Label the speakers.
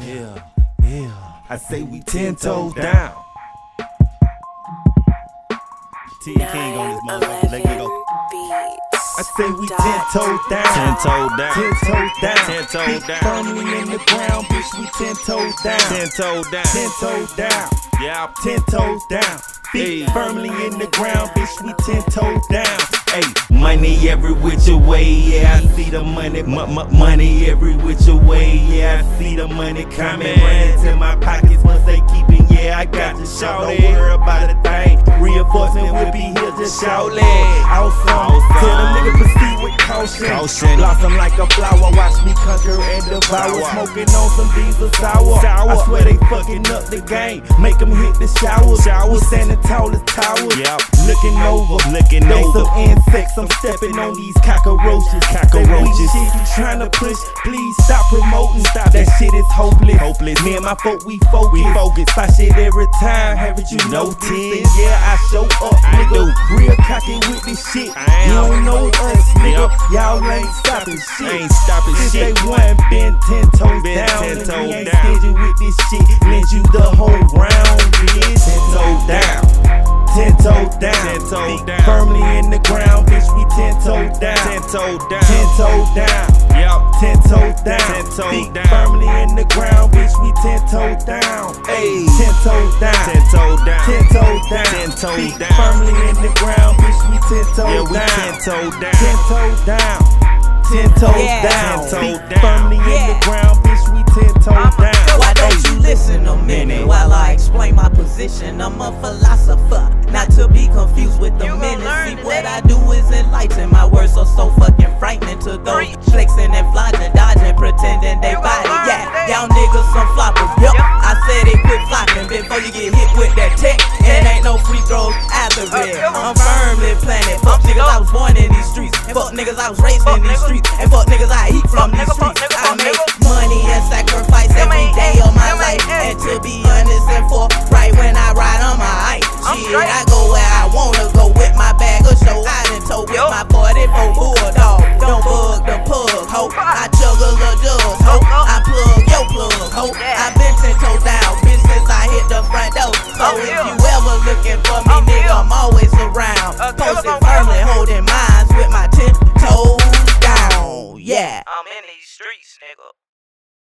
Speaker 1: Yeah, yeah.
Speaker 2: I say we
Speaker 1: Ten
Speaker 2: ten
Speaker 1: toes
Speaker 2: toes
Speaker 1: down.
Speaker 2: down.
Speaker 3: T King on this motherfucker. Let me go.
Speaker 2: I say we ten toes down.
Speaker 3: Ten toes down.
Speaker 2: Ten toes down.
Speaker 3: Ten toes
Speaker 2: Feet
Speaker 3: down.
Speaker 2: Firmly in the ground, bitch. We ten toes down.
Speaker 3: Ten toes down.
Speaker 2: Ten toes down.
Speaker 3: Yeah, I'm
Speaker 2: Ten toes down. Feet
Speaker 3: Hey.
Speaker 2: firmly in the ground, bitch. We ten toes down. Hey,
Speaker 3: Money every which a way, yeah. I see the money, m- m- money every which a way, yeah. I see the money coming.
Speaker 2: coming right into my pockets once they keeping. Yeah, I got to shout it. Don't worry about a thing. Reinforcement will be here just shout it. Out songs. Tell them nigga proceed with caution.
Speaker 3: Caution.
Speaker 2: Blossom like a flower. Watch me conquer and devour.
Speaker 3: Sour.
Speaker 2: Smoking on some diesel sour.
Speaker 3: Sour.
Speaker 2: I swear they fucking up the game. Make them hit the showers. Showers. Standing tall as towers.
Speaker 3: Yep.
Speaker 2: Looking over.
Speaker 3: Looking
Speaker 2: They
Speaker 3: over.
Speaker 2: some insects. I'm stepping on these cockroaches.
Speaker 3: Cockroaches.
Speaker 2: Say we shit you tryna push. Please stop promoting. Stop that shit is hopeless.
Speaker 3: Hopeless.
Speaker 2: Me and my folk, we focus.
Speaker 3: We focus.
Speaker 2: I shit every time. Haven't you noticed?
Speaker 3: Noticed.
Speaker 2: And yeah, I show up.
Speaker 3: I
Speaker 2: nigga. Real cocky with this shit.
Speaker 3: I am.
Speaker 2: You don't know us, nigga.
Speaker 3: Yep.
Speaker 2: Y'all ain't stopping shit.
Speaker 3: Ain't stopping
Speaker 2: Since
Speaker 3: shit.
Speaker 2: They one been ten toes
Speaker 3: Been
Speaker 2: down.
Speaker 3: 10
Speaker 2: and
Speaker 3: toes
Speaker 2: we ain't
Speaker 3: down.
Speaker 2: stingy with this shit. Lend you the whole round, bitch. Ten toes down. Ten toes down.
Speaker 3: Ten toes
Speaker 2: Feet
Speaker 3: down.
Speaker 2: Firmly in the ground, bitch. We ten toes down.
Speaker 3: Ten toes
Speaker 2: Ten
Speaker 3: down.
Speaker 2: toes down.
Speaker 3: Yeah.
Speaker 2: Ten toes down.
Speaker 3: Ten toes
Speaker 2: Feet
Speaker 3: down.
Speaker 2: firmly in the ground, bitch. We ten toes down.
Speaker 3: Ayy.
Speaker 2: Ten toes down.
Speaker 3: Ten toes down.
Speaker 2: Ten toes down.
Speaker 3: Ten toes
Speaker 2: Feet
Speaker 3: down.
Speaker 2: firmly in the ground, bitch. We ten toes
Speaker 3: Yeah, we
Speaker 2: down.
Speaker 3: ten toes
Speaker 2: Ten
Speaker 3: down.
Speaker 2: toes down. Ten toes
Speaker 4: Yeah.
Speaker 2: down.
Speaker 3: Ten toes
Speaker 2: Feet
Speaker 3: down.
Speaker 2: firmly in the
Speaker 4: Yeah.
Speaker 2: ground, bitch. We ten toes
Speaker 4: I'm a,
Speaker 2: down.
Speaker 4: why
Speaker 2: Ayy.
Speaker 4: don't you listen a minute while I explain my position? I'm a philosopher, not to be confused with the
Speaker 5: You gon' learn
Speaker 4: menace. See, what
Speaker 5: today.
Speaker 4: I do is enlighten. My words are so fucking frightening to those
Speaker 5: Preach.
Speaker 4: flexing and flogging, dodging, pretending they
Speaker 5: You gon'
Speaker 4: body.
Speaker 5: learn
Speaker 4: Yeah,
Speaker 5: today.
Speaker 4: y'all niggas some floppers. Yup,
Speaker 5: Yup.
Speaker 4: I said it, quit flopping before you get hit with that tech. It ain't no free throws after
Speaker 5: Uh,
Speaker 4: it.
Speaker 5: yup.
Speaker 4: I'm firmly planted. Fuck
Speaker 5: Up,
Speaker 4: niggas, I
Speaker 5: up.
Speaker 4: was born in these streets. And fuck niggas, I was raised
Speaker 5: Fuck
Speaker 4: in these
Speaker 5: niggas.
Speaker 4: streets. And fuck niggas, I eat from these
Speaker 5: nigga, fuck
Speaker 4: streets.
Speaker 5: nigga,
Speaker 4: I
Speaker 5: fuck
Speaker 4: make
Speaker 5: nigga.
Speaker 4: money and sacrifice
Speaker 5: Them
Speaker 4: every
Speaker 5: ain't
Speaker 4: day
Speaker 5: it.
Speaker 4: of my
Speaker 5: Them
Speaker 4: life.
Speaker 5: ain't it.
Speaker 4: And to be honest and for right when I ride on my ice,